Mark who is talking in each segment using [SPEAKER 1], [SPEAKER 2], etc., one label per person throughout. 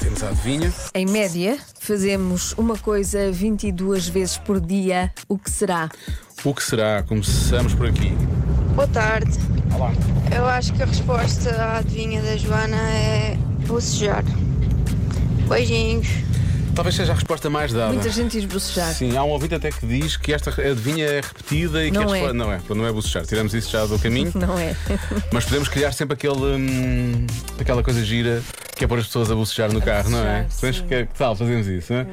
[SPEAKER 1] temos a adivinha.
[SPEAKER 2] Em média, fazemos uma coisa 22 vezes por dia. O que será?
[SPEAKER 1] O que será? Começamos por aqui.
[SPEAKER 3] Boa tarde.
[SPEAKER 1] Olá.
[SPEAKER 3] Eu acho que a resposta à adivinha da Joana é bocejar. Beijinhos.
[SPEAKER 1] Talvez seja a resposta mais dada.
[SPEAKER 2] Muita gente diz bocejar.
[SPEAKER 1] Sim, há um ouvinte até que diz que esta adivinha é repetida e
[SPEAKER 2] Não
[SPEAKER 1] que a
[SPEAKER 2] é.
[SPEAKER 1] resposta- não é, não é bocejar. Tiramos isso já do caminho,
[SPEAKER 2] Não é?
[SPEAKER 1] mas podemos criar sempre aquele, hum, aquela coisa gira que é pôr as pessoas a bocejar no carro, não é?
[SPEAKER 2] bocejar,
[SPEAKER 1] Podemos-
[SPEAKER 2] sim.
[SPEAKER 1] que, que tal fazemos isso, não é?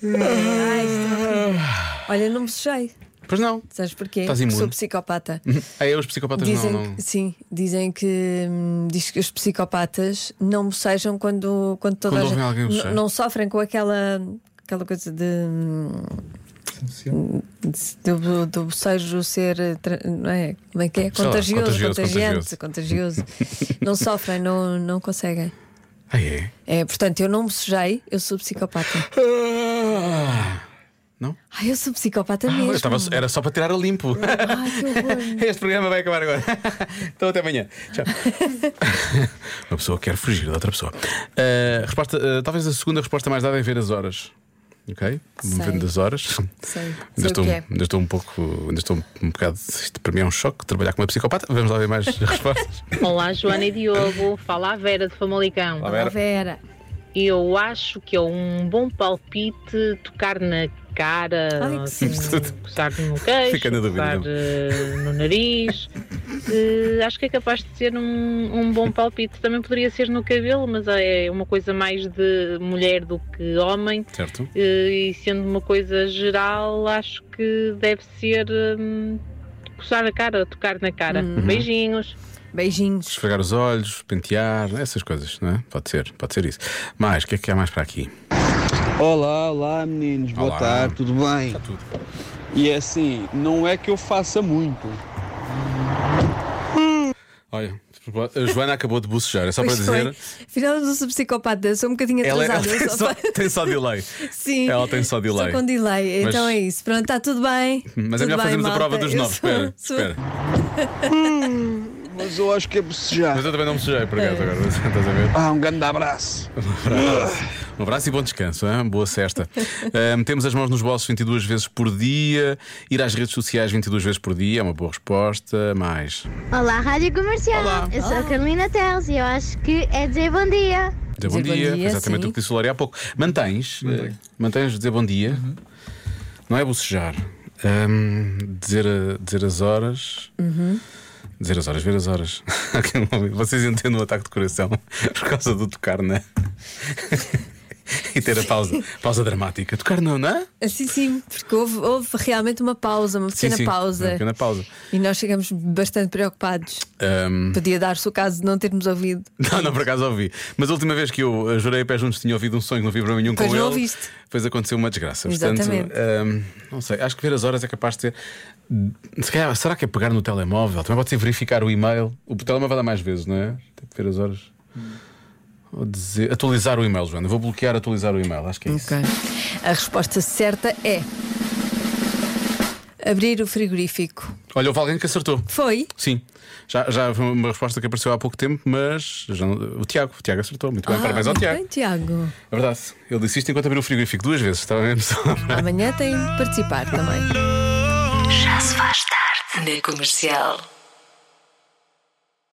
[SPEAKER 2] Não. Ai, isto é horrível. Olha, não bocejei.
[SPEAKER 1] Pois não.
[SPEAKER 2] Sabes porquê?
[SPEAKER 1] Estás imune.
[SPEAKER 2] Sou psicopata.
[SPEAKER 1] Ah, é os psicopatas
[SPEAKER 2] Dizem,
[SPEAKER 1] não, não.
[SPEAKER 2] que- Sim, dizem que, hum, diz que os psicopatas não bocejam quando, quando toda
[SPEAKER 1] Quando
[SPEAKER 2] a
[SPEAKER 1] ouvem
[SPEAKER 2] gente-
[SPEAKER 1] alguém
[SPEAKER 2] n-
[SPEAKER 1] bocejar.
[SPEAKER 2] Não sofrem com aquela, aquela coisa de. hum, de- Do, do bocejo ser eh, tra- não é? Como é que é?
[SPEAKER 1] Sei lá,
[SPEAKER 2] Contagioso,
[SPEAKER 1] contagioso,
[SPEAKER 2] contagiante, contagioso. não sofrem, não, não conseguem.
[SPEAKER 1] Ah, é?
[SPEAKER 2] É, portanto, eu não bocejei, eu sou psicopata.
[SPEAKER 1] Ah, não?
[SPEAKER 2] Ai, eu sou psicopata
[SPEAKER 1] Ah,
[SPEAKER 2] mesmo.
[SPEAKER 1] eu estava- era só para tirar a limpo.
[SPEAKER 2] Ai, que horror.
[SPEAKER 1] Este programa vai acabar agora. Então até amanhã. Tchau. Uma pessoa quer fugir da outra pessoa. Ah, resposta, ah, talvez a segunda resposta mais dada é ver as horas. Ok?
[SPEAKER 2] Sei.
[SPEAKER 1] Vendo as horas.
[SPEAKER 2] Sei. Sei
[SPEAKER 1] Ainda
[SPEAKER 2] o
[SPEAKER 1] estou,
[SPEAKER 2] que é.
[SPEAKER 1] ainda estou um pouco. Ainda estou um bocado. Isto para mim é um choque trabalhar com uma psicopata. Vamos lá ver mais respostas.
[SPEAKER 4] Olá, Joana e Diogo. Fala a Vera de Famalicão.
[SPEAKER 1] Olá,
[SPEAKER 2] Olá, Vera.
[SPEAKER 4] Eu acho que é um bom palpite tocar na cara,
[SPEAKER 2] Ai, que
[SPEAKER 4] assim,
[SPEAKER 1] susto.
[SPEAKER 4] coçar no queixo,
[SPEAKER 1] Fica na dúvida, então.
[SPEAKER 4] coçar
[SPEAKER 1] não.
[SPEAKER 4] eh, no nariz. Eh, acho que é capaz de ser um, um bom palpite. Também poderia ser no cabelo, mas é uma coisa mais de mulher do que homem.
[SPEAKER 1] Certo?
[SPEAKER 4] Eh, e sendo uma coisa geral, acho que deve ser hum, coçar a cara, tocar na cara.
[SPEAKER 2] Uhum.
[SPEAKER 4] Beijinhos.
[SPEAKER 2] Beijinhos.
[SPEAKER 1] Esfregar os olhos, pentear, essas coisas, não é? Pode ser, pode ser isso. Mais, o que é que há mais para aqui?
[SPEAKER 5] Olá, olá meninos,
[SPEAKER 1] Olá.
[SPEAKER 5] boa tarde, tudo bem?
[SPEAKER 1] Está tudo.
[SPEAKER 5] E é assim, não é que eu faça muito,
[SPEAKER 1] Olha, a Joana acabou de bocejar, é só
[SPEAKER 2] Pois
[SPEAKER 1] para dizer.
[SPEAKER 2] foi. Afinal, eu não sou psicopata, eu sou um bocadinho
[SPEAKER 1] Ela, é-
[SPEAKER 2] atrasada.
[SPEAKER 1] ela
[SPEAKER 2] eu
[SPEAKER 1] tem,
[SPEAKER 2] só
[SPEAKER 1] só,
[SPEAKER 2] fa-
[SPEAKER 1] tem só delay.
[SPEAKER 2] Sim.
[SPEAKER 1] Ela tem só delay.
[SPEAKER 2] Estou com delay,
[SPEAKER 1] Mas-
[SPEAKER 2] então é isso. Pronto, está tudo bem.
[SPEAKER 1] Mas é melhor
[SPEAKER 2] Tudo bem,
[SPEAKER 1] fazermos a
[SPEAKER 2] malta.
[SPEAKER 1] prova dos
[SPEAKER 2] Eu
[SPEAKER 1] nove.
[SPEAKER 2] sou-
[SPEAKER 1] Espera,
[SPEAKER 2] sou-
[SPEAKER 1] espera.
[SPEAKER 5] mas eu acho que é bocejar.
[SPEAKER 1] Mas eu também não me sujei por
[SPEAKER 2] É.
[SPEAKER 1] acaso agora, estás a ver?
[SPEAKER 5] Ah, um grande abraço.
[SPEAKER 1] Um abraço e bom descanso, hein? boa sexta. Ah, metemos as mãos nos bolsos 22 vezes por dia, ir às redes sociais 22 vezes por dia é uma boa resposta, mas.
[SPEAKER 6] Olá, Rádio Comercial. Eu sou a Carolina Teles e eu acho que é dizer bom
[SPEAKER 1] Dizer
[SPEAKER 6] dia.
[SPEAKER 1] bom
[SPEAKER 2] Dizer bom
[SPEAKER 1] dia,
[SPEAKER 2] dia,
[SPEAKER 1] foi exatamente
[SPEAKER 2] sim.
[SPEAKER 1] o que disse o Lori há pouco. Mantens, eh, mantens dizer bom dia, não é bocejar, Ahm, dizer, a- dizer as horas. Dizer as horas, ver as horas. Vocês entendem o ataque de coração por causa do tocar na. e ter a pausa, pausa dramática. Tocar não, não é?
[SPEAKER 2] Assim sim, porque houve, houve realmente uma pausa, uma pequena pausa.
[SPEAKER 1] Uma pequena pausa. Hum,
[SPEAKER 2] E nós chegamos bastante preocupados.
[SPEAKER 1] Ahm,
[SPEAKER 2] Podia dar-se o caso de não termos ouvido.
[SPEAKER 1] Não, não, por acaso ouvi. Mas a última vez que eu eh, jurei a pé juntos tinha ouvido um sonho que não vi para nenhum
[SPEAKER 2] Pois
[SPEAKER 1] com
[SPEAKER 2] não
[SPEAKER 1] ele.
[SPEAKER 2] ouviste.
[SPEAKER 1] Depois aconteceu uma desgraça.
[SPEAKER 2] Exatamente.
[SPEAKER 1] Portanto, hum, não sei, acho que ver as horas é capaz de ter. Se calhar, será que é pegar no telemóvel? Também pode ser verificar o e-mail. O telemóvel dá mais vezes, não é? Tem que ver as horas. Ou dizer- Atualizar o e-mail, Joana. Eu Vou bloquear atualizar o e-mail. Acho que é isso.
[SPEAKER 2] A resposta certa é. Abrir o frigorífico.
[SPEAKER 1] Olha, houve alguém que acertou.
[SPEAKER 2] Foi?
[SPEAKER 1] Sim, já, já foi uma resposta que apareceu há pouco tempo, mas já não- o Tiago, o Tiago acertou. Muito bem, parabéns ao
[SPEAKER 2] Ah, muito
[SPEAKER 1] Tiago.
[SPEAKER 2] bem, Tiago.
[SPEAKER 1] É verdade, ele disse isto enquanto abriu o frigorífico duas vezes, estava mesmo só.
[SPEAKER 2] Amanhã tem de participar também.
[SPEAKER 7] Já se faz tarde na comercial.